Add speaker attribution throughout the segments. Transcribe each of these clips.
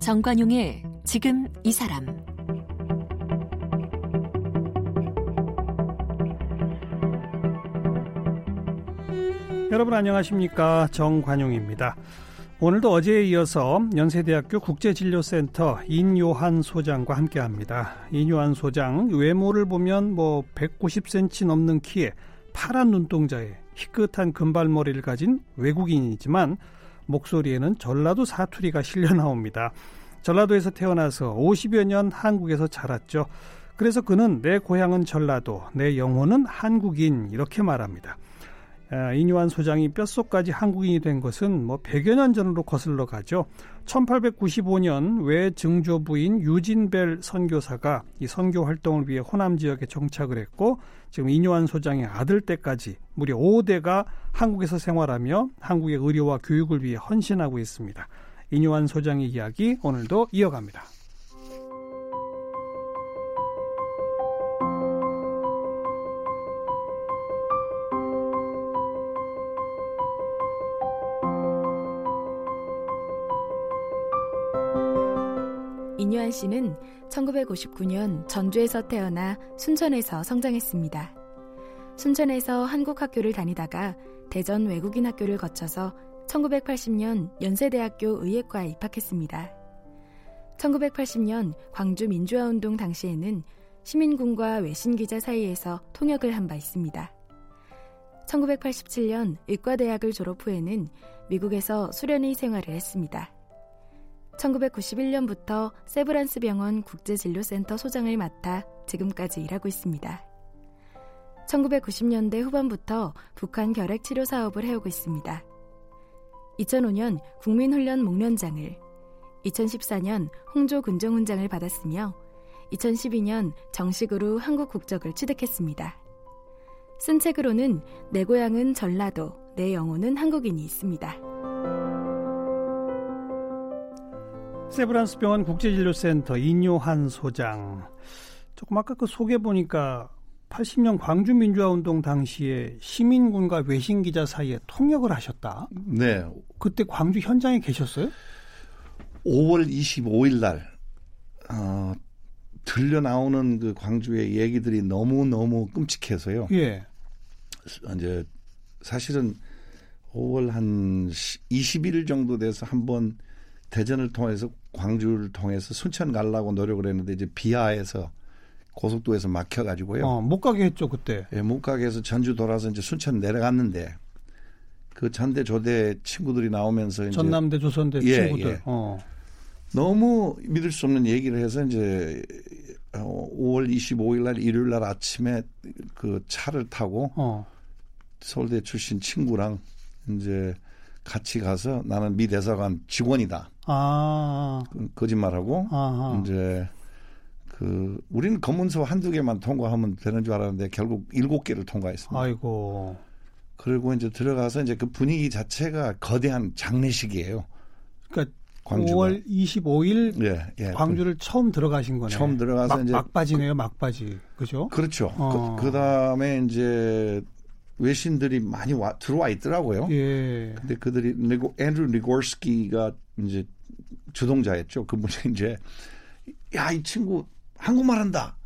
Speaker 1: 정관용의 지금 이 사람
Speaker 2: 여러분 안녕하십니까 정관용입니다. 오늘도 어제에 이어서 연세대학교 국제진료센터 인요한 소장과 함께합니다. 인요한 소장 외모를 보면 뭐 190cm 넘는 키에 파란 눈동자에 희끗한 금발머리를 가진 외국인이지만 목소리에는 전라도 사투리가 실려 나옵니다. 전라도에서 태어나서 50여 년 한국에서 자랐죠. 그래서 그는 내 고향은 전라도, 내 영혼은 한국인 이렇게 말합니다. 아, 이뉴한 소장이 뼛속까지 한국인이 된 것은 뭐 100여 년 전으로 거슬러 가죠. 1895년 외 증조부인 유진벨 선교사가 이 선교 활동을 위해 호남 지역에 정착을 했고 지금 이뉴한 소장의 아들 때까지 무려 5대가 한국에서 생활하며 한국의 의료와 교육을 위해 헌신하고 있습니다. 이뉴한 소장의 이야기 오늘도 이어갑니다.
Speaker 3: 이뇨한 씨는 1959년 전주에서 태어나 순천에서 성장했습니다. 순천에서 한국 학교를 다니다가 대전 외국인 학교를 거쳐서 1980년 연세대학교 의예과에 입학했습니다. 1980년 광주 민주화운동 당시에는 시민군과 외신 기자 사이에서 통역을 한 바 있습니다. 1987년 의과대학을 졸업 후에는 미국에서 수련의 생활을 했습니다. 1991년부터 세브란스 병원 국제진료센터 소장을 맡아 지금까지 일하고 있습니다. 1990년대 후반부터 북한 결핵 치료 사업을 해오고 있습니다. 2005년 국민훈련 목련장을, 2014년 홍조 군정훈장을 받았으며 2012년 정식으로 한국 국적을 취득했습니다. 쓴 책으로는 내 고향은 전라도, 내 영혼은 한국인이 있습니다.
Speaker 2: 세브란스 병원 국제진료센터 인요한 소장. 조금 아까 그 소개 보니까 80년 광주 민주화 운동 당시에 시민군과 외신 기자 사이에 통역을 하셨다.
Speaker 4: 네.
Speaker 2: 그때 광주 현장에 계셨어요?
Speaker 4: 5월 25일 날 어, 들려 나오는 그 광주의 얘기들이 너무 너무 끔찍해서요.
Speaker 2: 예.
Speaker 4: 이제 사실은 5월 한 20일 정도 돼서 한번 대전을 통해서 광주를 통해서 순천 가려고 노력을 했는데 이제 비하에서 고속도로에서 막혀 가지고요.
Speaker 2: 어, 못 가게 했죠, 그때.
Speaker 4: 예, 못 가게 해서 전주 돌아서 이제 순천 내려갔는데 그 전대 조대 친구들이 나오면서 이제
Speaker 2: 전남대 조선대
Speaker 4: 예,
Speaker 2: 친구들.
Speaker 4: 예.
Speaker 2: 어.
Speaker 4: 너무 믿을 수 없는 얘기를 해서 이제 어, 5월 25일 날 일요일 날 아침에 그 차를 타고
Speaker 2: 어.
Speaker 4: 서울대 출신 친구랑 이제 같이 가서 나는 미 대사관 직원이다.
Speaker 2: 아.
Speaker 4: 그- 거짓말하고
Speaker 2: 아하.
Speaker 4: 이제 그 우리는 검문소 한두 개만 통과하면 되는 줄 알았는데 결국 일곱 개를 통과했습니다.
Speaker 2: 아이고.
Speaker 4: 그리고 이제 들어가서 이제 그 분위기 자체가 거대한 장례식이에요.
Speaker 2: 그러니까
Speaker 4: 광주가.
Speaker 2: 5월 25일
Speaker 4: 예, 예.
Speaker 2: 광주를 처음 들어가신 거네.
Speaker 4: 처음 들어가서
Speaker 2: 막,
Speaker 4: 이제
Speaker 2: 막바지네요, 막바지. 그죠?
Speaker 4: 그렇죠.
Speaker 2: 어.
Speaker 4: 그, 그다음에 이제 외신들이 많이 와, 들어와 있더라고요.
Speaker 2: 예.
Speaker 4: 근데 그들이 리고, 앤드류 리고스키가 이제 주동자였죠. 그분이 이제 야 이 친구 한국말 한다.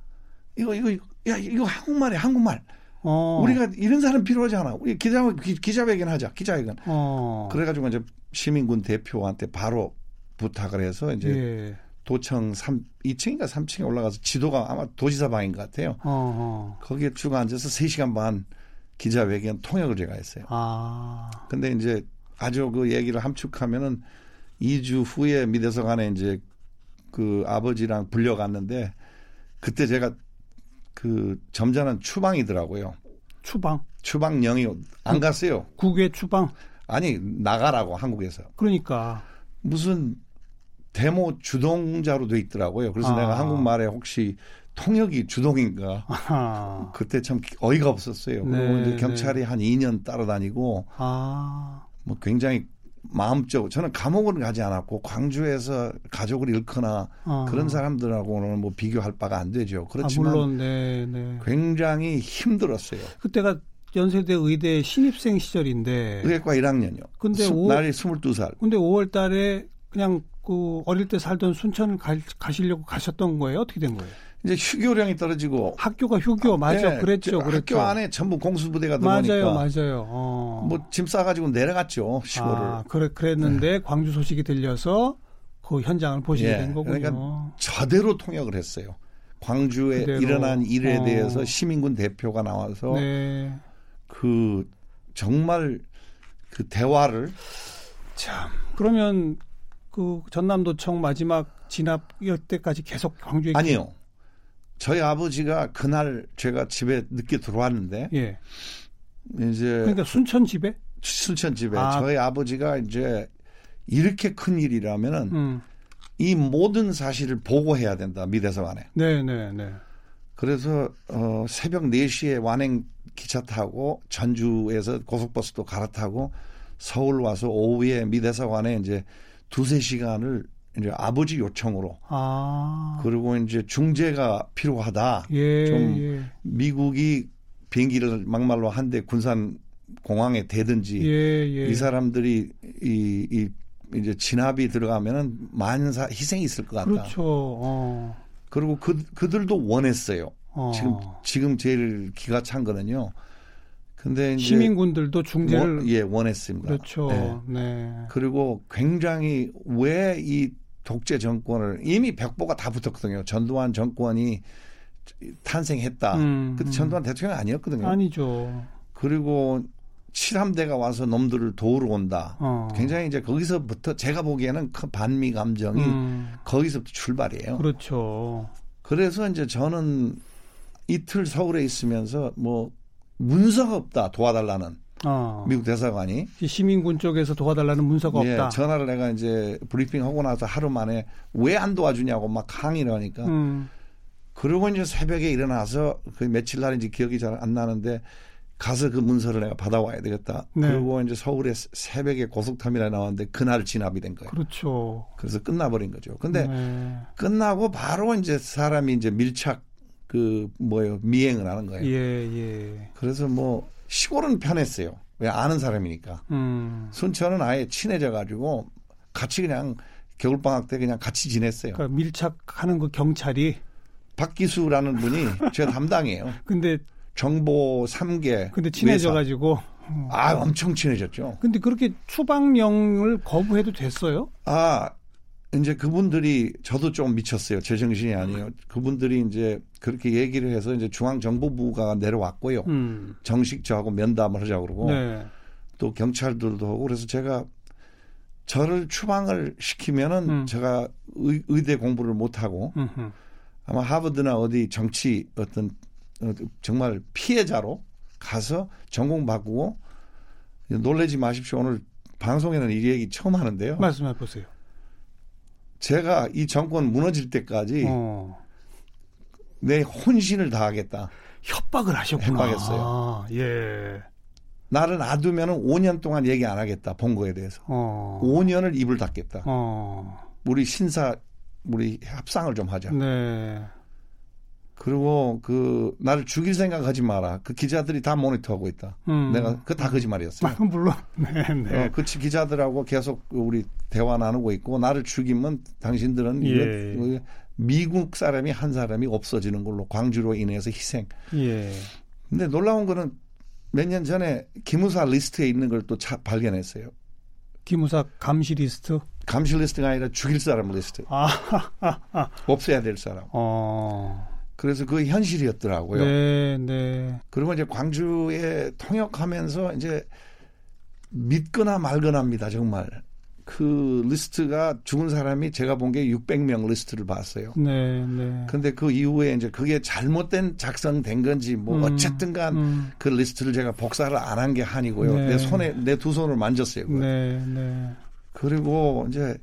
Speaker 4: 이거 이거 이거. 야 이거 한국말이야 한국말.
Speaker 2: 어.
Speaker 4: 우리가 이런 사람 필요하지 않아. 우리 기자 기- 기자회견 하자. 기자회견.
Speaker 2: 어.
Speaker 4: 그래가지고 이제 시민군 대표한테 바로 부탁을 해서 이제
Speaker 2: 예.
Speaker 4: 도청 3, 2층인가 3층에 올라가서 지도가 아마 도지사 방인 것 같아요.
Speaker 2: 어.
Speaker 4: 거기에 쭉 앉아서 3시간 반 기자회견 통역을 제가 했어요.
Speaker 2: 아.
Speaker 4: 근데 이제 아주 그 얘기를 함축하면은 2주 후에 미대서관에 이제 그 아버지랑 불려갔는데 그때 제가 그 점잖은 추방이더라고요.
Speaker 2: 추방.
Speaker 4: 추방령이 안 갔어요.
Speaker 2: 국외 추방.
Speaker 4: 아니 나가라고 한국에서
Speaker 2: 그러니까.
Speaker 4: 무슨 데모 주동자로 돼 있더라고요. 그래서
Speaker 2: 아.
Speaker 4: 내가 한국말에 혹시 통역이 주동인가
Speaker 2: 아하.
Speaker 4: 그때 참 어이가 없었어요.
Speaker 2: 네,
Speaker 4: 그리고 이제
Speaker 2: 네.
Speaker 4: 경찰이 한 2년 따라다니고
Speaker 2: 아.
Speaker 4: 뭐 굉장히 마음적으로 저는 감옥은 가지 않았고 광주에서 가족을 잃거나
Speaker 2: 아.
Speaker 4: 그런 사람들하고는 뭐 비교할 바가 안 되죠.
Speaker 2: 아,
Speaker 4: 그렇지만
Speaker 2: 물론 네, 네.
Speaker 4: 굉장히 힘들었어요.
Speaker 2: 그때가 연세대 의대 신입생 시절인데
Speaker 4: 의학과 1학년이요.
Speaker 2: 네. 근데 오-
Speaker 4: 날이 22살.
Speaker 2: 근데 5월 달에 그냥 그 어릴 때 살던 순천 가, 가시려고 가셨던 거예요? 어떻게 된 거예요?
Speaker 4: 이제 휴교량이 떨어지고
Speaker 2: 학교가 휴교 맞아
Speaker 4: 네,
Speaker 2: 그랬죠.
Speaker 4: 학교
Speaker 2: 그랬죠.
Speaker 4: 안에 전부 공수부대가
Speaker 2: 맞아요,
Speaker 4: 들어오니까
Speaker 2: 맞아요. 어.
Speaker 4: 뭐 짐 싸가지고 내려갔죠 시골을. 네.
Speaker 2: 아, 그래 그랬는데 광주 소식이 들려서 그 현장을 보시게
Speaker 4: 예,
Speaker 2: 된 거군요.
Speaker 4: 그러니까 저대로 통역을 했어요. 광주에
Speaker 2: 그대로.
Speaker 4: 일어난 일에
Speaker 2: 어.
Speaker 4: 대해서 시민군 대표가 나와서
Speaker 2: 네.
Speaker 4: 그 정말 그 대화를
Speaker 2: 참. 그러면 그 전남도청 마지막 진압 때까지 계속 광주에
Speaker 4: 아니요. 저희 아버지가 그날 제가 집에 늦게 들어왔는데
Speaker 2: 예.
Speaker 4: 이제
Speaker 2: 그러니까 순천 집에
Speaker 4: 순천 집에
Speaker 2: 아.
Speaker 4: 저희 아버지가 이제 이렇게 큰 일이라면은
Speaker 2: 음.
Speaker 4: 이 모든 사실을 보고해야 된다 미대사 안에.
Speaker 2: 네, 네, 네.
Speaker 4: 그래서 어, 새벽 4시에 완행 기차 타고 전주에서 고속버스도 갈아타고 서울 와서 오후에 미대사관에 이제 두세 시간을 이제 아버지 요청으로
Speaker 2: 아.
Speaker 4: 그리고 이제 중재가 필요하다.
Speaker 2: 예,
Speaker 4: 그 좀
Speaker 2: 예.
Speaker 4: 미국이 비행기를 막말로 한 대 군산 공항에
Speaker 2: 예,
Speaker 4: 대든지
Speaker 2: 예.
Speaker 4: 이 사람들이 이, 이 이제 진압이 들어가면은 만사 희생이 있을 것 같다.
Speaker 2: 그렇죠. 어.
Speaker 4: 그리고 그 그들도 원했어요.
Speaker 2: 어.
Speaker 4: 지금 지금 제일 기가 찬 거는요. 근데 이제
Speaker 2: 시민군들도 중재를
Speaker 4: 원- 예 원했습니다.
Speaker 2: 그렇죠.
Speaker 4: 예.
Speaker 2: 네.
Speaker 4: 그리고 굉장히 왜 이 독재 정권을 이미 벽보가 다 붙었거든요. 전두환 정권이 탄생했다.
Speaker 2: 음,
Speaker 4: 아, 그때
Speaker 2: 음.
Speaker 4: 전두환 대통령 아니었거든요.
Speaker 2: 아니죠.
Speaker 4: 그리고 칠함대가 와서 놈들을 도우러 온다.
Speaker 2: 어.
Speaker 4: 굉장히 이제 거기서부터 제가 보기에는 그 반미 감정이
Speaker 2: 음,
Speaker 4: 거기서부터 출발이에요.
Speaker 2: 그렇죠.
Speaker 4: 그래서 이제 저는 이틀 서울에 있으면서 뭐 문서가 없다 도와달라는
Speaker 2: 어.
Speaker 4: 미국 대사관이
Speaker 2: 이 시민군 쪽에서 도와달라는 문서가
Speaker 4: 예,
Speaker 2: 없다.
Speaker 4: 전화를 내가 이제 브리핑 하고 나서 하루 만에 왜 안 도와주냐고 막 항의를 하니까
Speaker 2: 음,
Speaker 4: 그러고 이제 새벽에 일어나서 그 며칠 날인지 기억이 잘 안 나는데 가서 그 문서를 내가 받아와야 되겠다.
Speaker 2: 네.
Speaker 4: 그리고 이제 서울에 새- 새벽에 고속터미널에 나왔는데 그날 진압이 된 거예요.
Speaker 2: 그렇죠.
Speaker 4: 그래서 끝나버린 거죠. 근데
Speaker 2: 네.
Speaker 4: 끝나고 바로 이제 사람이 이제 밀착 그 뭐예요 미행을 하는 거예요.
Speaker 2: 예, 예.
Speaker 4: 그래서 뭐 시골은 편했어요. 왜 아는 사람이니까.
Speaker 2: 음.
Speaker 4: 순천은 아예 친해져 가지고 같이 그냥 겨울 방학 때 그냥 같이 지냈어요.
Speaker 2: 그러니까 밀착하는 그 경찰이
Speaker 4: 박기수라는 분이 제 담당이에요.
Speaker 2: 근데
Speaker 4: 정보 3개.
Speaker 2: 근데 친해져 가지고
Speaker 4: 아, 엄청 친해졌죠.
Speaker 2: 근데 그렇게 추방령을 거부해도 됐어요?
Speaker 4: 아, 이제 그분들이 저도 좀 미쳤어요. 제 정신이 아니에요. 그분들이 이제 그렇게 얘기를 해서 이제 중앙정보부가 내려왔고요.
Speaker 2: 음.
Speaker 4: 정식 저하고 면담을 하자고 그러고
Speaker 2: 네.
Speaker 4: 또 경찰들도 하고 그래서 제가 저를 추방을 시키면은
Speaker 2: 음.
Speaker 4: 제가 의, 의대 공부를 못 하고
Speaker 2: 음흠.
Speaker 4: 아마 하버드나 어디 정치 어떤 어, 정말 피해자로 가서 전공 바꾸고 놀래지 마십시오. 오늘 방송에는 이 얘기 처음 하는데요.
Speaker 2: 말씀해 보세요.
Speaker 4: 제가 이 정권 무너질 때까지
Speaker 2: 어.
Speaker 4: 내 혼신을 다하겠다.
Speaker 2: 협박을 하셨구나.
Speaker 4: 협박했어요.
Speaker 2: 아, 예.
Speaker 4: 나를 놔두면 은 5년 동안 얘기 안 하겠다. 본거에 대해서.
Speaker 2: 어.
Speaker 4: 5년을 입을 닫겠다.
Speaker 2: 어.
Speaker 4: 우리 신사 우리 합상을 좀 하자.
Speaker 2: 네.
Speaker 4: 그리고 그 나를 죽일 생각하지 마라. 그 기자들이 다 모니터하고 있다.
Speaker 2: 음.
Speaker 4: 내가 그 다 거짓말이었어요.
Speaker 2: 아, 물론. 네, 네.
Speaker 4: 어, 그 치- 기자들하고 계속 우리 대화 나누고 있고 나를 죽이면 당신들은
Speaker 2: 예.
Speaker 4: 이거- 미국 사람이 한 사람이 없어지는 걸로 광주로 인해서 희생.
Speaker 2: 예.
Speaker 4: 근데 놀라운 거는 몇 년 전에 기무사 리스트에 있는 걸 또 발견했어요.
Speaker 2: 기무사 감시 리스트.
Speaker 4: 감시 리스트가 아니라 죽일 사람 리스트.
Speaker 2: 아, 아, 아.
Speaker 4: 없애야 될 사람.
Speaker 2: 어.
Speaker 4: 그래서 그 현실이었더라고요.
Speaker 2: 네, 네.
Speaker 4: 그리고 이제 광주에 통역하면서 이제 믿거나 말거나입니다 정말 그 리스트가 죽은 사람이 제가 본 게 600명 리스트를 봤어요.
Speaker 2: 네, 네.
Speaker 4: 근데 그 이후에 이제 그게 잘못된 작성된 건지 뭐
Speaker 2: 음,
Speaker 4: 어쨌든간
Speaker 2: 음.
Speaker 4: 그 리스트를 제가 복사를 안 한 게 한이고요.
Speaker 2: 네.
Speaker 4: 내 손에 내 두 손을 만졌어요. 그걸.
Speaker 2: 네, 네.
Speaker 4: 그리고 이제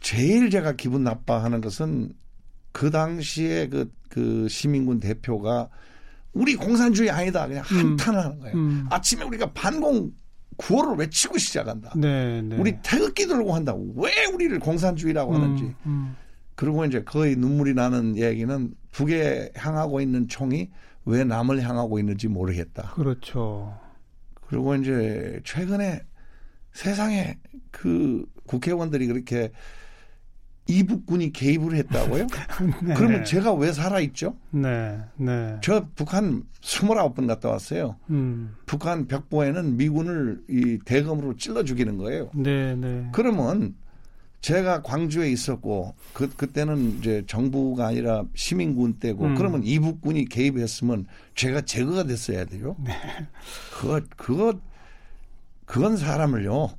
Speaker 4: 제일 제가 기분 나빠하는 것은 그 당시에 그, 그 시민군 대표가 우리 공산주의 아니다 그냥 한탄하는 거예요.
Speaker 2: 음.
Speaker 4: 아침에 우리가 반공 구호를 외치고 시작한다.
Speaker 2: 네, 네.
Speaker 4: 아, 우리 태극기 들고 한다. 왜 우리를 공산주의라고 하는지.
Speaker 2: 음,
Speaker 4: 그리고 이제 거의 눈물이 나는 얘기는 북에 향하고 있는 총이 왜 남을 향하고 있는지 모르겠다.
Speaker 2: 그렇죠.
Speaker 4: 그리고 이제 최근에 세상에 그 국회의원들이 그렇게 이북군이 개입을 했다고요?
Speaker 2: 네.
Speaker 4: 그러면 제가 왜 살아있죠?
Speaker 2: 네, 네.
Speaker 4: 저 북한 29번 갔다 왔어요.
Speaker 2: 음,
Speaker 4: 북한 벽보에는 미군을 이 대검으로 찔러 죽이는 거예요.
Speaker 2: 네, 네.
Speaker 4: 그러면 제가 광주에 있었고 그 그때는 이제 정부가 아니라 시민군 때고
Speaker 2: 음.
Speaker 4: 그러면 이북군이 개입했으면 제가 제거가 됐어야 돼요.
Speaker 2: 네.
Speaker 4: 그거 그거 그건 사람을요.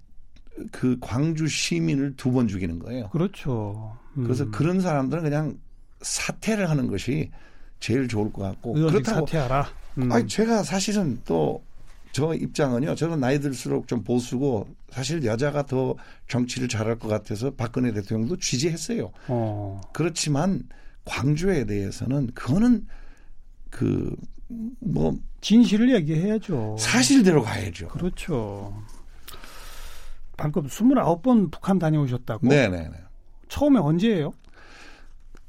Speaker 4: 그 광주 시민을 두 번 죽이는 거예요.
Speaker 2: 그렇죠. 음.
Speaker 4: 그래서 그런 사람들은 그냥 사퇴를 하는 것이 제일 좋을 것 같고
Speaker 2: 의원직
Speaker 4: 뭐 그렇다고
Speaker 2: 사퇴하라. 음.
Speaker 4: 아니 제가 사실은 또 저 입장은요. 저는 나이 들수록 좀 보수고 사실 여자가 더 정치를 잘할 것 같아서 박근혜 대통령도 지지했어요.
Speaker 2: 어,
Speaker 4: 그렇지만 광주에 대해서는 그거는 그 뭐
Speaker 2: 진실을 얘기해야죠.
Speaker 4: 사실대로 가야죠.
Speaker 2: 그렇죠. 방금 29번 북한 다녀오셨다고?
Speaker 4: 네네네.
Speaker 2: 처음에 언제예요?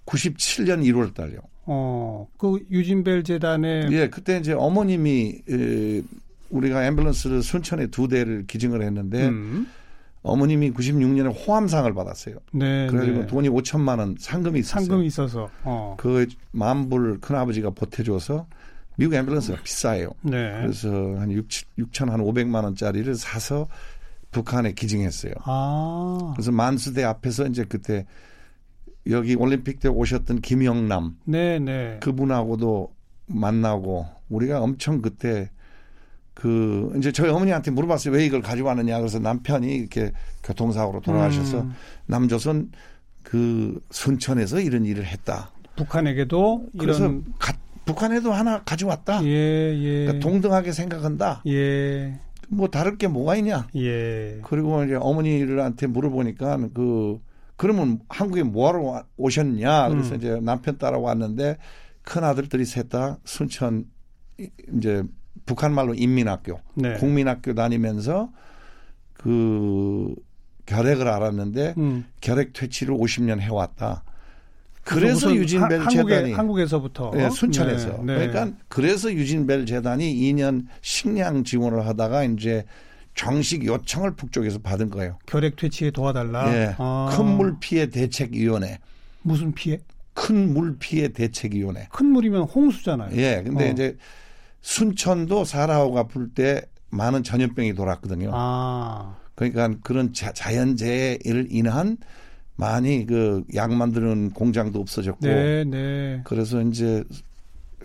Speaker 4: 97년 1월 달요.
Speaker 2: 어, 그 유진벨 재단의
Speaker 4: 예, 그때 이제 어머님이 에, 우리가 앰뷸런스를 순천에 두 대를 기증을 했는데
Speaker 2: 음.
Speaker 4: 어머님이 96년에 호암상을 받았어요.
Speaker 2: 네,
Speaker 4: 그래가지고
Speaker 2: 네.
Speaker 4: 돈이 5천만 원 상금이 있었어요.
Speaker 2: 상금이 있어서. 어.
Speaker 4: 그 만불 큰아버지가 보태줘서 미국 앰뷸런스가 비싸요.
Speaker 2: 네.
Speaker 4: 그래서 한 6, 6천 한 500만 원짜리를 사서 북한에 기증했어요.
Speaker 2: 아.
Speaker 4: 그래서 만수대 앞에서 이제 그때 여기 올림픽 때 오셨던 김영남
Speaker 2: 네, 네.
Speaker 4: 그분하고도 만나고 우리가 엄청 그때 그 이제 저희 어머니한테 물어봤어요. 왜 이걸 가지고 왔느냐. 그래서 남편이 이렇게 교통사고로 돌아가셔서
Speaker 2: 음.
Speaker 4: 남조선 그 순천에서 이런 일을 했다.
Speaker 2: 북한에게도
Speaker 4: 그래서
Speaker 2: 이런
Speaker 4: 가- 북한에도 하나 가져왔다.
Speaker 2: 예, 예.
Speaker 4: 그러니까 동등하게 생각한다.
Speaker 2: 예.
Speaker 4: 뭐 다를 게 뭐가 있냐.
Speaker 2: 예.
Speaker 4: 그리고 이제 어머니한테 물어보니까 그 그러면 한국에 뭐하러 와- 오셨냐. 그래서
Speaker 2: 음.
Speaker 4: 이제 남편 따라왔는데 큰 아들들이 셋 다 순천 이- 이제 북한 말로 인민학교,
Speaker 2: 네.
Speaker 4: 국민학교 다니면서 그 결핵을 알았는데
Speaker 2: 음.
Speaker 4: 결핵 퇴치를 50년 해왔다.
Speaker 2: 그래서
Speaker 4: 그래서
Speaker 2: 우선
Speaker 4: 유진벨
Speaker 2: 하- 한국에,
Speaker 4: 재단이
Speaker 2: 한국에서부터
Speaker 4: 예, 순천에서.
Speaker 2: 네, 네.
Speaker 4: 그러니까 그래서 유진벨 재단이 2년 식량 지원을 하다가 이제 정식 요청을 북쪽에서 받은 거예요.
Speaker 2: 결핵 퇴치에 도와달라.
Speaker 4: 예.
Speaker 2: 아.
Speaker 4: 큰 물 피해 대책 위원회.
Speaker 2: 무슨 피해?
Speaker 4: 큰 물 피해 대책 위원회.
Speaker 2: 큰 물이면 홍수잖아요.
Speaker 4: 예. 근데
Speaker 2: 어.
Speaker 4: 이제 순천도 사라호가 불 때 많은 전염병이 돌았거든요.
Speaker 2: 아.
Speaker 4: 그러니까 그런 자, 자연재해를 인한 많이 그 약 만드는 공장도 없어졌고
Speaker 2: 네, 네.
Speaker 4: 그래서 이제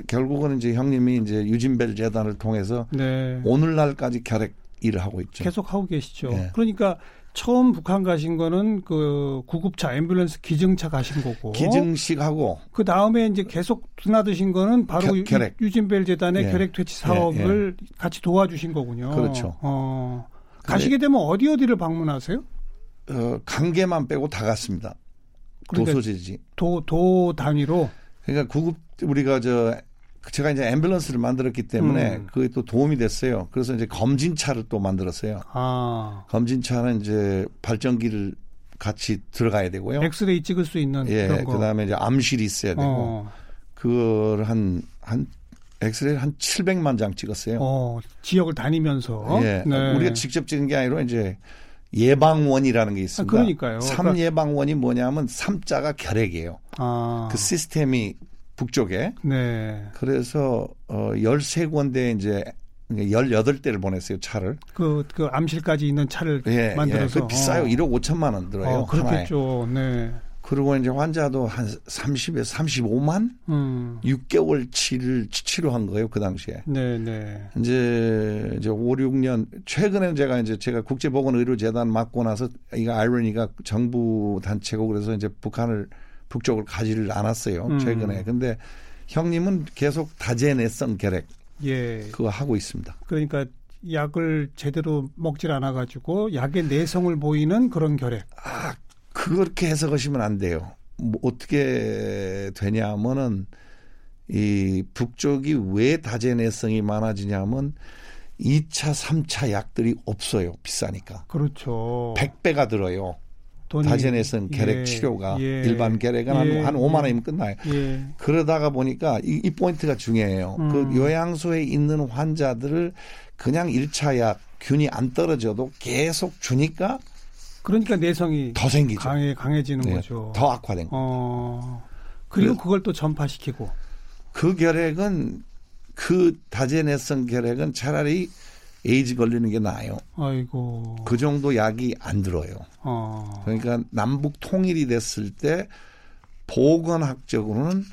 Speaker 4: 결국은 이제 형님이 이제 유진벨 재단을 통해서
Speaker 2: 네.
Speaker 4: 오늘날까지 결핵 일을 하고 있죠.
Speaker 2: 계속 하고 계시죠.
Speaker 4: 예.
Speaker 2: 그러니까 처음 북한 가신 거는 그 구급차, 앰뷸런스 기증차 가신 거고.
Speaker 4: 기증식하고
Speaker 2: 그 다음에 이제 계속 드나드신 거는 바로
Speaker 4: 겨- 결핵.
Speaker 2: 유- 유진벨 재단의
Speaker 4: 예.
Speaker 2: 결핵 퇴치 사업을 같이 도와주신 거군요.
Speaker 4: 그렇죠.
Speaker 2: 어. 가시게 되면 어디 어디를 방문하세요?
Speaker 4: 어, 강계만 빼고 다 갔습니다.
Speaker 2: 그러니까
Speaker 4: 도소지지.
Speaker 2: 도, 도 단위로.
Speaker 4: 그러니까 구급 우리가 저 제가 이제 앰뷸런스를 만들었기 때문에
Speaker 2: 음.
Speaker 4: 그게 또 도움이 됐어요. 그래서 이제 검진차를 또 만들었어요.
Speaker 2: 아.
Speaker 4: 검진차는 이제 발전기를 같이 들어가야 되고요.
Speaker 2: 엑스레이 찍을 수 있는
Speaker 4: 예,
Speaker 2: 그런 거.
Speaker 4: 그다음에 이제 암실이 있어야 되고
Speaker 2: 어,
Speaker 4: 그걸 한한 엑스레이 한 700만 장 찍었어요.
Speaker 2: 어, 지역을 다니면서.
Speaker 4: 예.
Speaker 2: 네.
Speaker 4: 우리가 직접 찍은 게 아니라 이제 예방원이라는 게 있습니다.
Speaker 2: 아, 그러니까요. 그러니까-
Speaker 4: 삼예방원이 뭐냐면 삼자가 결핵이에요.
Speaker 2: 아.
Speaker 4: 그 시스템이 북쪽에
Speaker 2: 네.
Speaker 4: 그래서 어 13군데 이제 18대를 보냈어요, 차를.
Speaker 2: 그, 그 암실까지 있는 차를
Speaker 4: 예.
Speaker 2: 만들어서.
Speaker 4: 예. 그 비싸요.
Speaker 2: 어.
Speaker 4: 1억 5천만 원 들어요.
Speaker 2: 어,
Speaker 4: 하나에.
Speaker 2: 그렇겠죠. 네.
Speaker 4: 그리고 이제 환자도 한 30에 35만
Speaker 2: 음.
Speaker 4: 6개월 치를 치료한 거예요, 그 당시에.
Speaker 2: 네, 네.
Speaker 4: 이제 이제 5, 6년 최근에 제가 이제 제가 국제보건의료재단 맡고 나서 이거 아이러니가 정부 단체고 그래서 이제 북한을 북쪽을 가지를 않았어요
Speaker 2: 음.
Speaker 4: 최근에. 근데 형님은 계속 다재내성 결핵
Speaker 2: 예.
Speaker 4: 그거 하고 있습니다.
Speaker 2: 그러니까 약을 제대로 먹질 않아 가지고 약의 내성을 보이는 그런 결핵.
Speaker 4: 아 그렇게 해석하시면 안 돼요. 뭐 어떻게 되냐면은 이 북쪽이 왜 다재내성이 많아지냐면 2차, 3차 약들이 없어요 비싸니까.
Speaker 2: 그렇죠.
Speaker 4: 100배가 들어요.
Speaker 2: 돈이-
Speaker 4: 다젠에서는 결핵
Speaker 2: 예,
Speaker 4: 치료가
Speaker 2: 예,
Speaker 4: 일반 결핵은 한,
Speaker 2: 예,
Speaker 4: 한 5만 원이면 끝나요.
Speaker 2: 예.
Speaker 4: 그러다가 보니까 이, 이 포인트가 중요해요.
Speaker 2: 음.
Speaker 4: 그 요양소에 있는 환자들을 그냥 일차약 균이 안 떨어져도 계속 주니까
Speaker 2: 그러니까 내성이
Speaker 4: 더 생기죠.
Speaker 2: 강해 강해지는
Speaker 4: 네,
Speaker 2: 거죠.
Speaker 4: 더 악화된 거.
Speaker 2: 어. 그리고
Speaker 4: 그래서-
Speaker 2: 그걸 또 전파시키고.
Speaker 4: 그 결핵은 그 다제내성 결핵은 차라리 에이즈 걸리는 게 나아요.
Speaker 2: 아이고.
Speaker 4: 그 정도 약이 안 들어요.
Speaker 2: 어.
Speaker 4: 그러니까 남북 통일이 됐을 때 보건학적으로는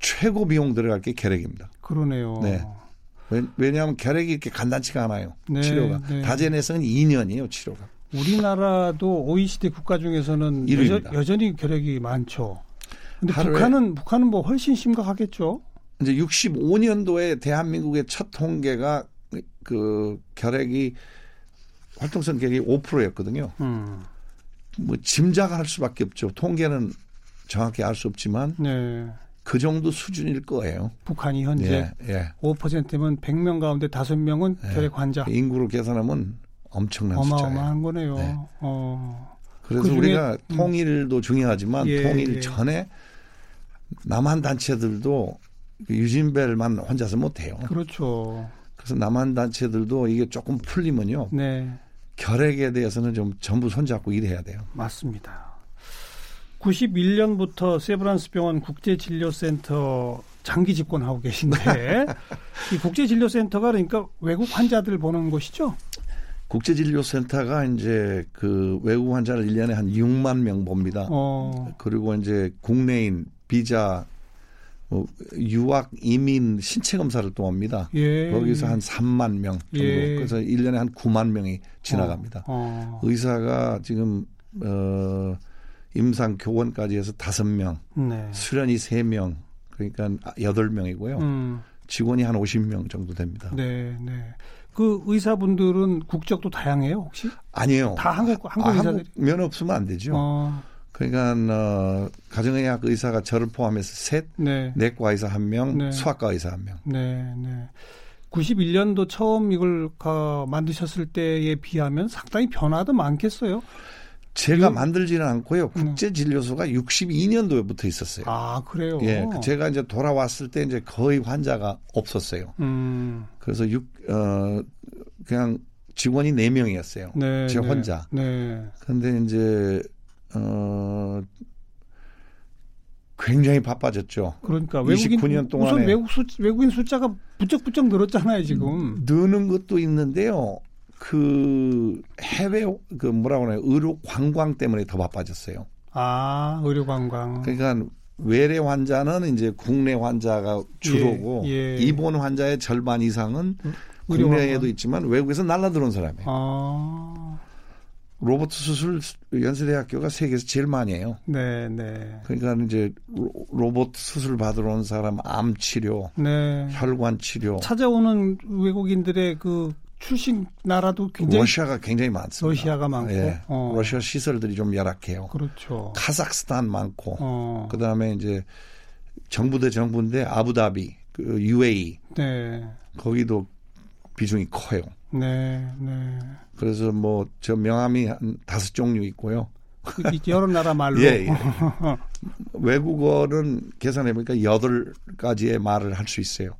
Speaker 4: 최고 비용 들어갈 게 결핵입니다.
Speaker 2: 그러네요.
Speaker 4: 네. 왜- 왜냐하면 결핵이 이렇게 간단치가 않아요.
Speaker 2: 네,
Speaker 4: 치료가
Speaker 2: 네.
Speaker 4: 다제내성은 2년이에요. 치료가
Speaker 2: 우리나라도 OECD 국가 중에서는
Speaker 4: 일위입니다.
Speaker 2: 여전, 히 결핵이 많죠. 근데
Speaker 4: 하루에-
Speaker 2: 북한은 북한은 뭐 훨씬 심각하겠죠.
Speaker 4: 이제 65년도에 대한민국의 첫 통계가 그 결핵이 활동성 결핵이 5%였거든요.
Speaker 2: 음.
Speaker 4: 뭐 짐작할 수밖에 없죠. 통계는 정확히 알 수 없지만
Speaker 2: 네.
Speaker 4: 그 정도 수준일 거예요.
Speaker 2: 북한이 현재
Speaker 4: 예, 예.
Speaker 2: 5%면 100명 가운데 5명은
Speaker 4: 예.
Speaker 2: 결핵 환자.
Speaker 4: 인구로 계산하면 엄청난 숫자예요.
Speaker 2: 어마어마한 거네요.
Speaker 4: 네.
Speaker 2: 어.
Speaker 4: 그래서
Speaker 2: 그 중에-
Speaker 4: 우리가 통일도 중요하지만
Speaker 2: 예,
Speaker 4: 통일
Speaker 2: 예.
Speaker 4: 전에 남한 단체들도 그 유진벨만 혼자서 못해요.
Speaker 2: 그렇죠.
Speaker 4: 그래서 남한 단체들도 이게 조금 풀리면요.
Speaker 2: 네.
Speaker 4: 결핵에 대해서는 좀 전부 손잡고 일해야 돼요.
Speaker 2: 맞습니다. 91년부터 세브란스 병원 국제진료센터 장기 집권하고 계신데 이 국제진료센터가 그러니까 외국 환자들 보는 곳이죠?
Speaker 4: 국제진료센터가 이제 그 외국 환자를 1년에 한 6만 명 봅니다.
Speaker 2: 어,
Speaker 4: 그리고 이제 국내인 비자 뭐 유학 이민 신체 검사를 또 합니다.
Speaker 2: 예.
Speaker 4: 거기서 한 3만 명 정도.
Speaker 2: 예.
Speaker 4: 그래서 1년에 한 9만 명이 지나갑니다.
Speaker 2: 어,
Speaker 4: 의사가 지금 어 임상 교원까지 해서 5명,
Speaker 2: 네.
Speaker 4: 수련이 3명. 그러니까 8명이고요.
Speaker 2: 음,
Speaker 4: 직원이 한 50명 정도 됩니다.
Speaker 2: 네, 네. 그 의사분들은 국적도 다양해요, 혹시?
Speaker 4: 아니에요.
Speaker 2: 다 한국 한국
Speaker 4: 아,
Speaker 2: 의사들이.
Speaker 4: 면 없으면 안 되죠.
Speaker 2: 어,
Speaker 4: 그러니까 어, 가정의학 의사가 저를 포함해서 셋,
Speaker 2: 네.
Speaker 4: 내과 의사 한 명,
Speaker 2: 네.
Speaker 4: 수학과 의사 한 명.
Speaker 2: 네, 네. 91년도 처음 이걸 가, 만드셨을 때에 비하면 상당히 변화도 많겠어요.
Speaker 4: 제가
Speaker 2: 요-
Speaker 4: 만들지는 않고요. 국제 진료소가 62년도에부터 있었어요.
Speaker 2: 네. 아, 그래요.
Speaker 4: 네. 예, 제가 이제 돌아왔을 때 이제 거의 환자가 없었어요.
Speaker 2: 음,
Speaker 4: 그래서 육 어, 그냥 직원이 네 명이었어요.
Speaker 2: 네.
Speaker 4: 제
Speaker 2: 네,
Speaker 4: 혼자.
Speaker 2: 네.
Speaker 4: 근데 이제 어 굉장히 바빠졌죠.
Speaker 2: 그러니까 외국인
Speaker 4: 29년 동안에.
Speaker 2: 우선 외국 수, 외국인 숫자가 부쩍부쩍 늘었잖아요,
Speaker 4: 음.
Speaker 2: 지금.
Speaker 4: 느는 것도 있는데요. 그 해외 그 뭐라 그러나요? 의료 관광 때문에 더 바빠졌어요.
Speaker 2: 아, 의료 관광.
Speaker 4: 그러니까 외래 환자는 이제 국내 환자가 주로고
Speaker 2: 예.
Speaker 4: 입원 환자의 절반 이상은
Speaker 2: 의료
Speaker 4: 국내에도
Speaker 2: 관광.
Speaker 4: 있지만 외국에서 날라들어온 사람이에요.
Speaker 2: 아.
Speaker 4: 로버트 수술 연세대학교가 세계에서 제일 많이 해요.
Speaker 2: 네, 네.
Speaker 4: 그러니까 이제 로- 로봇 수술 받으러 온 사람 암 치료,
Speaker 2: 네.
Speaker 4: 혈관 치료,
Speaker 2: 찾아오는 외국인들의 그 출신 나라도 굉장히
Speaker 4: 러시아가 굉장히 많습니다.
Speaker 2: 러시아가 많고.
Speaker 4: 예.
Speaker 2: 어.
Speaker 4: 러시아 시설들이 좀 열악해요.
Speaker 2: 그렇죠.
Speaker 4: 카자흐스탄 많고,
Speaker 2: 어.
Speaker 4: 그 다음에 이제 정부 대 정부인데 아부다비, 그 UAE
Speaker 2: 네.
Speaker 4: 거기도 비중이 커요.
Speaker 2: 네, 네.
Speaker 4: 그래서 뭐 저 명함이 한 다섯 종류 있고요.
Speaker 2: 그 이- 여러 나라 말로.
Speaker 4: 예, 예. 외국어는 계산해 보니까 여덟 가지의 말을 할 수 있어요.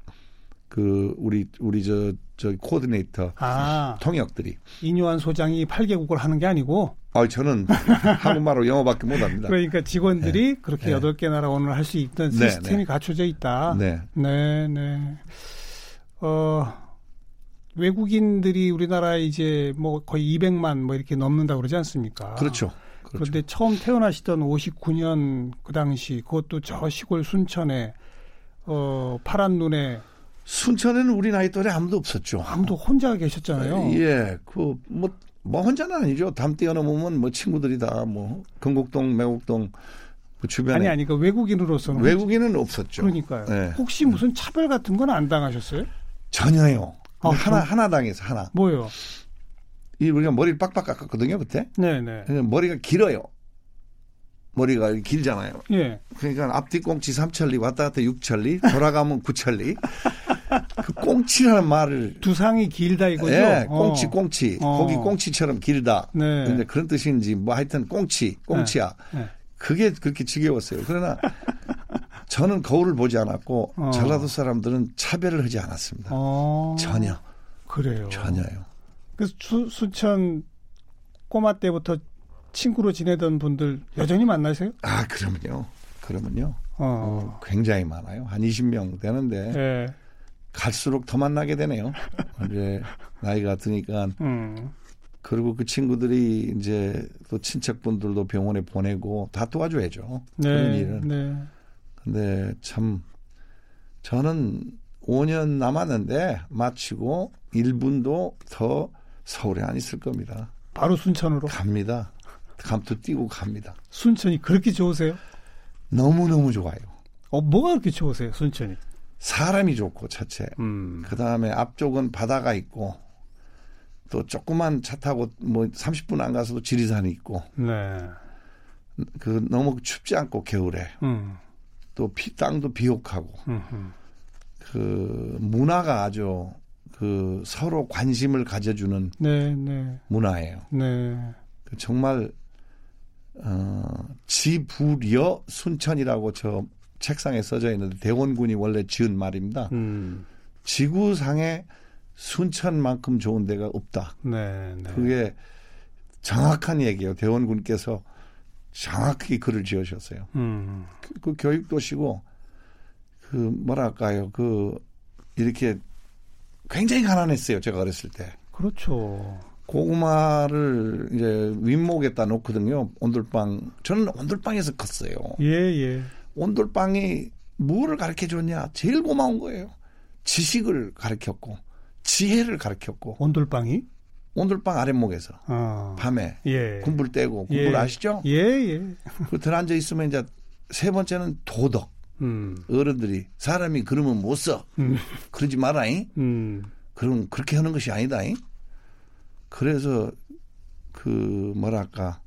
Speaker 4: 그 우리 우리 저 저 코디네이터
Speaker 2: 아,
Speaker 4: 통역들이.
Speaker 2: 이뇨한 소장이 8개국을 하는 게 아니고
Speaker 4: 아 저는 한국말로 영어밖에 못합니다.
Speaker 2: 그러니까 직원들이 그렇게
Speaker 4: 네.
Speaker 2: 여덟 개 나라 오늘 할 수 있던
Speaker 4: 네,
Speaker 2: 시스템이
Speaker 4: 네.
Speaker 2: 갖춰져 있다.
Speaker 4: 네.
Speaker 2: 네, 네. 어, 외국인들이 우리나라에 이제 뭐 거의 200만 뭐 이렇게 넘는다 그러지 않습니까?
Speaker 4: 그렇죠.
Speaker 2: 런
Speaker 4: 그렇죠.
Speaker 2: 데 처음 태어나시던 59년 그 당시 그것도 저 시골 순천에 어, 파란 눈에
Speaker 4: 순천에는 우리 나이 또래 아무도 없었죠.
Speaker 2: 아무도 혼자 계셨잖아요.
Speaker 4: 예. 그 뭐 뭐 혼자는 아니죠. 담 뛰어넘으면 뭐 친구들이 다 뭐 건곡동, 매곡동 그 주변에
Speaker 2: 아니 아니 그 외국인으로서는
Speaker 4: 외국인은 없었죠.
Speaker 2: 그러니까요.
Speaker 4: 네.
Speaker 2: 혹시 무슨 차별 같은 건 안 당하셨어요?
Speaker 4: 전혀요.
Speaker 2: 아,
Speaker 4: 하나
Speaker 2: 전-
Speaker 4: 하나 당해서 하나.
Speaker 2: 뭐요?
Speaker 4: 이 우리가 머리를 빡빡 깎았거든요 그때.
Speaker 2: 네, 네.
Speaker 4: 그래서 머리가 길어요. 머리가 길잖아요.
Speaker 2: 예.
Speaker 4: 그러니까 앞뒤 꽁치 삼천리 왔다 갔다 육천리 돌아가면 구천리그 꽁치라는 말을
Speaker 2: 두상이 길다 이거죠.
Speaker 4: 예,
Speaker 2: 어.
Speaker 4: 꽁치 꽁치
Speaker 2: 어.
Speaker 4: 고기 꽁치처럼 길다.
Speaker 2: 네.
Speaker 4: 근데 그런 뜻인지 뭐 하여튼 꽁치 꽁치야.
Speaker 2: 네.
Speaker 4: 그게 그렇게 지겨웠어요. 그러나 저는 거울을 보지 않았고
Speaker 2: 어.
Speaker 4: 전라도 사람들은 차별을 하지 않았습니다.
Speaker 2: 어.
Speaker 4: 전혀
Speaker 2: 그래요.
Speaker 4: 전혀요.
Speaker 2: 그래서 수, 순천 꼬마 때부터 친구로 지내던 분들 여전히 만나세요?
Speaker 4: 아, 그러면요. 그러면요.
Speaker 2: 어.
Speaker 4: 어, 네. 굉장히 많아요. 한 20명 되는데
Speaker 2: 예.
Speaker 4: 갈수록 더 만나게 되네요. 이제 나이가 드니까
Speaker 2: 음.
Speaker 4: 그리고 그 친구들이 이제 또 친척분들도 병원에 보내고 다 도와줘야죠. 그런
Speaker 2: 네.
Speaker 4: 일은.
Speaker 2: 네.
Speaker 4: 근데 참 저는 5년 남았는데 마치고 1분도 더 서울에 안 있을 겁니다.
Speaker 2: 바로 순천으로.
Speaker 4: 갑니다. 감투 뛰고 갑니다.
Speaker 2: 순천이 그렇게 좋으세요?
Speaker 4: 너무너무 좋아요.
Speaker 2: 어, 뭐가 그렇게 좋으세요, 순천이?
Speaker 4: 사람이 좋고 자체.
Speaker 2: 음.
Speaker 4: 그 다음에 앞쪽은 바다가 있고 또 조그만 차 타고 뭐 30분 안 가서도 지리산이 있고
Speaker 2: 네.
Speaker 4: 그 너무 춥지 않고 겨울에
Speaker 2: 음.
Speaker 4: 또 피, 땅도 비옥하고
Speaker 2: 음, 음.
Speaker 4: 그 문화가 아주 그 서로 관심을 가져주는
Speaker 2: 네, 네.
Speaker 4: 문화예요.
Speaker 2: 네.
Speaker 4: 그 정말 어, 지부려 순천이라고 저 책상에 써져 있는데 대원군이 원래 지은 말입니다.
Speaker 2: 음.
Speaker 4: 지구상에 순천만큼 좋은 데가 없다.
Speaker 2: 네, 네.
Speaker 4: 그게 정확한 얘기예요. 대원군께서 정확히 글을 지으셨어요.
Speaker 2: 음.
Speaker 4: 그, 그 교육도시고 그 뭐랄까요 그 이렇게 굉장히 가난했어요. 제가 어렸을 때
Speaker 2: 그렇죠.
Speaker 4: 고구마를 이제 윗목에다 놓거든요. 온돌빵 저는 온돌빵에서 컸어요.
Speaker 2: 예, 예.
Speaker 4: 온돌빵이 뭐를 가르쳐 줬냐? 제일 고마운 거예요. 지식을 가르쳤고 지혜를 가르쳤고
Speaker 2: 온돌방이?
Speaker 4: 온돌빵 아랫목에서
Speaker 2: 아.
Speaker 4: 밤에
Speaker 2: 예.
Speaker 4: 군불 떼고
Speaker 2: 예.
Speaker 4: 군불 아시죠?
Speaker 2: 예, 예.
Speaker 4: 그 들어앉아 있으면 이제 세 번째는 도덕.
Speaker 2: 음.
Speaker 4: 어른들이 사람이 그러면 못 써.
Speaker 2: 음.
Speaker 4: 그러지 마라잉.
Speaker 2: 음.
Speaker 4: 그럼 그렇게 하는 것이 아니다잉. 그래서 그 뭐랄까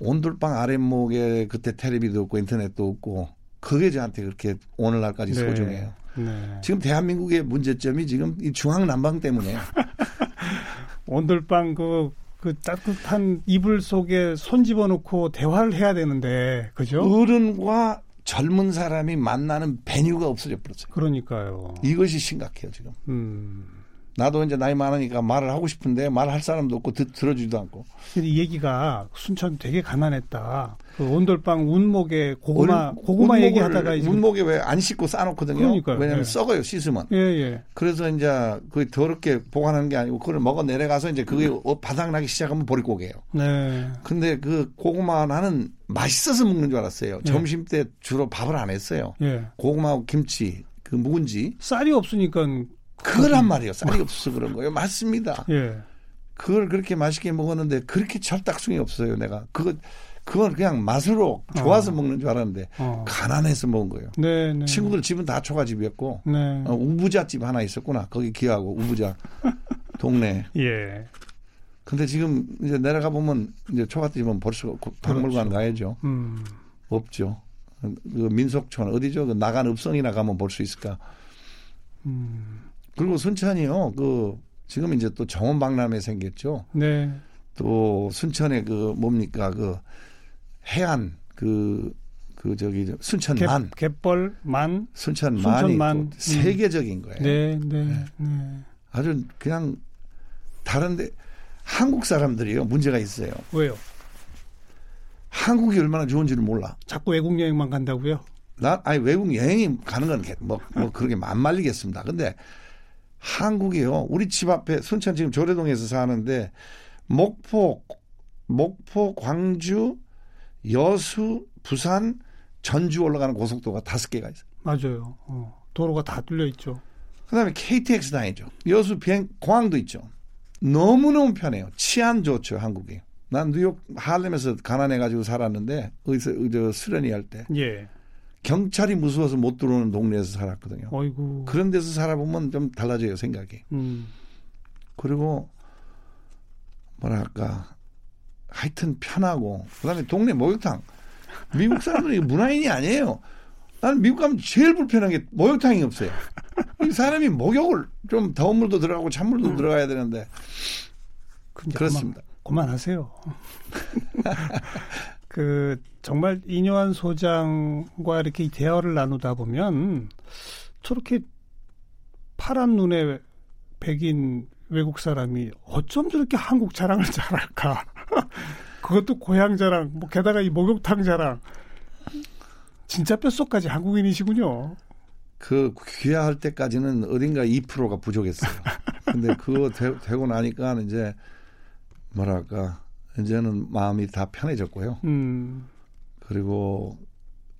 Speaker 4: 온돌방 아랫목에 그때 텔레비도 없고 인터넷도 없고 그게 저한테 그렇게 오늘날까지
Speaker 2: 네.
Speaker 4: 소중해요.
Speaker 2: 네.
Speaker 4: 지금 대한민국의 문제점이 지금 이 중앙 난방 때문에
Speaker 2: 온돌방 그, 그 따뜻한 이불 속에 손 집어넣고 대화를 해야 되는데,
Speaker 4: 음.
Speaker 2: 그죠?
Speaker 4: 어른과 젊은 사람이 만나는 베뉴가 없어져 버렸어요.
Speaker 2: 그러니까요.
Speaker 4: 이것이 심각해요 지금.
Speaker 2: 음.
Speaker 4: 나도 이제 나이 많으니까 말을 하고 싶은데 말할 사람도 없고 듣, 들어주지도 않고
Speaker 2: 근데 이 얘기가 순천 되게 가난했다. 그 온돌방 운목에 고구마,
Speaker 4: 운-
Speaker 2: 고구마
Speaker 4: 운목을-
Speaker 2: 얘기하다가 지금.
Speaker 4: 운목에 왜 안 씻고 싸놓거든요.
Speaker 2: 그러니까요.
Speaker 4: 왜냐하면
Speaker 2: 네.
Speaker 4: 썩어요 씻으면.
Speaker 2: 예, 예.
Speaker 4: 그래서 이제 그 더럽게 보관하는 게 아니고 그걸 먹어 내려가서 이제 그게
Speaker 2: 음.
Speaker 4: 어, 바닥나기 시작하면 보릿고개예요.
Speaker 2: 네.
Speaker 4: 근데 그 고구마 나는 맛있어서 먹는 줄 알았어요.
Speaker 2: 네.
Speaker 4: 점심 때 주로 밥을 안 했어요.
Speaker 2: 예.
Speaker 4: 고구마하고 김치 그 묵은지
Speaker 2: 쌀이 없으니까,
Speaker 4: 그거란 말이에요. 쌀이 없어서 그런 거예요. 맞습니다.
Speaker 2: 예.
Speaker 4: 그걸 그렇게 맛있게 먹었는데 그렇게 철딱숭이 없어요. 내가 그거 그건 그냥 맛으로 좋아서
Speaker 2: 어.
Speaker 4: 먹는 줄 알았는데
Speaker 2: 어.
Speaker 4: 가난해서 먹은 거예요.
Speaker 2: 네, 네.
Speaker 4: 친구들 집은 다 초가집이었고
Speaker 2: 네.
Speaker 4: 어, 우부자 집 하나 있었구나. 거기 기하고 우부자 동네.
Speaker 2: 예.
Speaker 4: 근데 지금 이제 내려가 보면 이제 초가집은 벌써 그 박물관 가야죠.
Speaker 2: 음.
Speaker 4: 없죠. 그 민속촌 어디죠? 그 나간 읍성이나 가면 볼 수 있을까?
Speaker 2: 음.
Speaker 4: 그리고 순천이요. 그 지금 이제 또 정원 박람회 생겼죠.
Speaker 2: 네.
Speaker 4: 또 순천의 그 뭡니까 그 해안 그 그 저기 저
Speaker 2: 갯,
Speaker 4: 순천만
Speaker 2: 갯벌 만.
Speaker 4: 순천만이
Speaker 2: 순천만.
Speaker 4: 또 세계적인 거예요.
Speaker 2: 네, 네, 네.
Speaker 4: 아주 그냥 다른데 한국 사람들이요 문제가 있어요.
Speaker 2: 왜요?
Speaker 4: 한국이 얼마나 좋은지를 몰라.
Speaker 2: 자꾸 외국 여행만 간다고요?
Speaker 4: 나 아니 외국 여행이 가는 건뭐뭐 그렇게 안 말리겠습니다. 근데 한국이요 우리 집 앞에 순천 지금 조례동에서 사는데 목포 목포 광주 여수 부산 전주 올라가는 고속도로가 다섯 개가 있어요.
Speaker 2: 맞아요. 어. 도로가 다 뚫려 있죠.
Speaker 4: 그다음에 KTX 다니죠. 여수 비행 공항도 있죠. 너무 너무 편해요. 치안 좋죠 한국이. 난 뉴욕 할렘에서 가난해가지고 살았는데 거기서 저 수련회 할 때
Speaker 2: 예.
Speaker 4: 경찰이 무서워서 못 들어오는 동네에서 살았거든요.
Speaker 2: 어이구.
Speaker 4: 그런 데서 살아보면 좀 달라져요 생각이.
Speaker 2: 음.
Speaker 4: 그리고 뭐랄까 하여튼 편하고 그다음에 동네 목욕탕 미국 사람들이 문화인이 아니에요. 나는 미국 가면 제일 불편한 게 목욕탕이 없어요. 이 사람이 목욕을 좀 더운 물도 들어가고 찬물도 들어가야 되는데
Speaker 2: 근데
Speaker 4: 그렇습니다.
Speaker 2: 그만, 그만하세요. 그 정말 이뇨한 소장과 이렇게 대화를 나누다 보면 저렇게 파란 눈에 백인 외국 사람이 어쩜 저렇게 한국 자랑을 잘할까 그것도 고향 자랑, 뭐 게다가 이 목욕탕 자랑. 진짜 뼛속까지 한국인이시군요.
Speaker 4: 그 귀화할 때까지는 어딘가 2%가 부족했어요. 근데 그거 되, 고 나니까 이제 뭐랄까 이제는 마음이 다 편해졌고요.
Speaker 2: 음.
Speaker 4: 그리고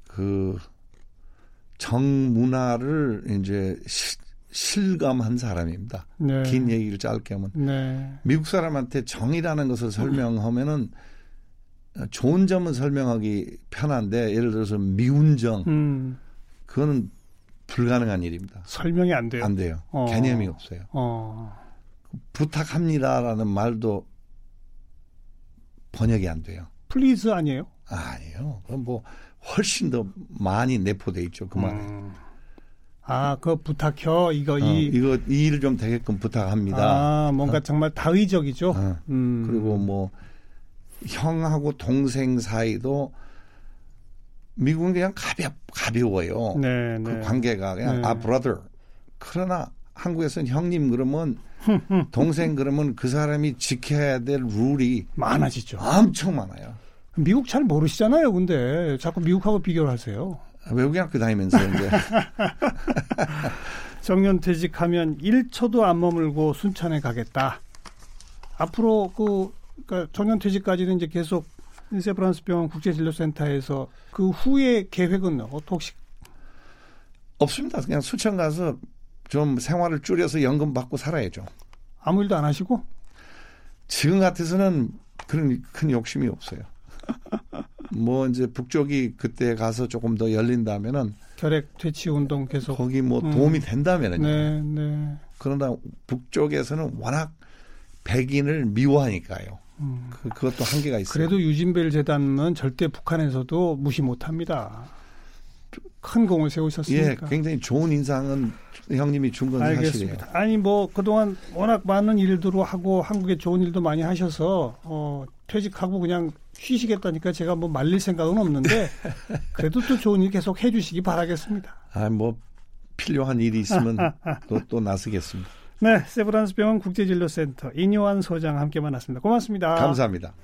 Speaker 4: 그 정문화를 이제 시, 실감한 사람입니다.
Speaker 2: 네.
Speaker 4: 긴 얘기를 짧게 하면
Speaker 2: 네.
Speaker 4: 미국 사람한테 정이라는 것을 설명하면은 좋은 점은 설명하기 편한데 예를 들어서 미운 정
Speaker 2: 음.
Speaker 4: 그거는 불가능한 일입니다.
Speaker 2: 설명이 안 돼요.
Speaker 4: 안 돼요.
Speaker 2: 어.
Speaker 4: 개념이 없어요.
Speaker 2: 어.
Speaker 4: 부탁합니다라는 말도 번역이 안 돼요.
Speaker 2: 플리즈 아니에요?
Speaker 4: 아니요. 그건 뭐 훨씬 더 많이 내포돼 있죠. 그 말에.
Speaker 2: 음. 아, 그 부탁혀 이거
Speaker 4: 어,
Speaker 2: 이
Speaker 4: 이거 이 일을 좀 되게끔 부탁합니다.
Speaker 2: 아, 뭔가
Speaker 4: 어.
Speaker 2: 정말 다의적이죠.
Speaker 4: 어.
Speaker 2: 음.
Speaker 4: 그리고 뭐 형하고 동생 사이도 미국은 그냥 가볍 가벼워요.
Speaker 2: 네,
Speaker 4: 그
Speaker 2: 네.
Speaker 4: 관계가 그냥
Speaker 2: 네.
Speaker 4: 아 brother. 그러나 한국에서는 형님 그러면 동생 그러면 그 사람이 지켜야 될 룰이
Speaker 2: 많아지죠.
Speaker 4: 엄청 많아요.
Speaker 2: 미국 잘 모르시잖아요, 근데. 자꾸 미국하고 비교를 하세요.
Speaker 4: 외국인 학교 다니면서 이제
Speaker 2: 정년 퇴직하면 1초도 안 머물고 순천에 가겠다. 앞으로 그 그러니까 정년 퇴직까지는 이제 계속 세브란스 병원 국제진료센터에서 그 후의 계획은 어떻게
Speaker 4: 없습니다. 그냥 수천 가서 좀 생활을 줄여서 연금 받고 살아야죠.
Speaker 2: 아무 일도 안 하시고
Speaker 4: 지금 같아서는 그런 큰 욕심이 없어요. 뭐 이제 북쪽이 그때 가서 조금 더 열린다면은
Speaker 2: 결핵 퇴치 운동 계속
Speaker 4: 거기 뭐
Speaker 2: 음.
Speaker 4: 도움이 된다면은
Speaker 2: 네, 네.
Speaker 4: 그러나 북쪽에서는 워낙 백인을 미워하니까요.
Speaker 2: 음.
Speaker 4: 그, 그것도 한계가 있어요.
Speaker 2: 그래도 유진벨 재단은 절대 북한에서도 무시 못 합니다. 큰 공을
Speaker 4: 예,
Speaker 2: 세우셨으니까.
Speaker 4: 굉장히 좋은 인상은 형님이 준 건 사실이에요.
Speaker 2: 알겠습니다. 아니 뭐 그동안 워낙 많은 일들로 하고 한국에 좋은 일도 많이 하셔서 어, 퇴직하고 그냥 쉬시겠다니까 제가 뭐 말릴 생각은 없는데 그래도 또 좋은 일 계속 해주시기 바라겠습니다.
Speaker 4: 아, 뭐 필요한 일이 있으면 또, 또 나서겠습니다.
Speaker 2: 네, 세브란스 병원 국제진료센터 이뇨환 소장 함께 만났습니다. 고맙습니다.
Speaker 4: 감사합니다.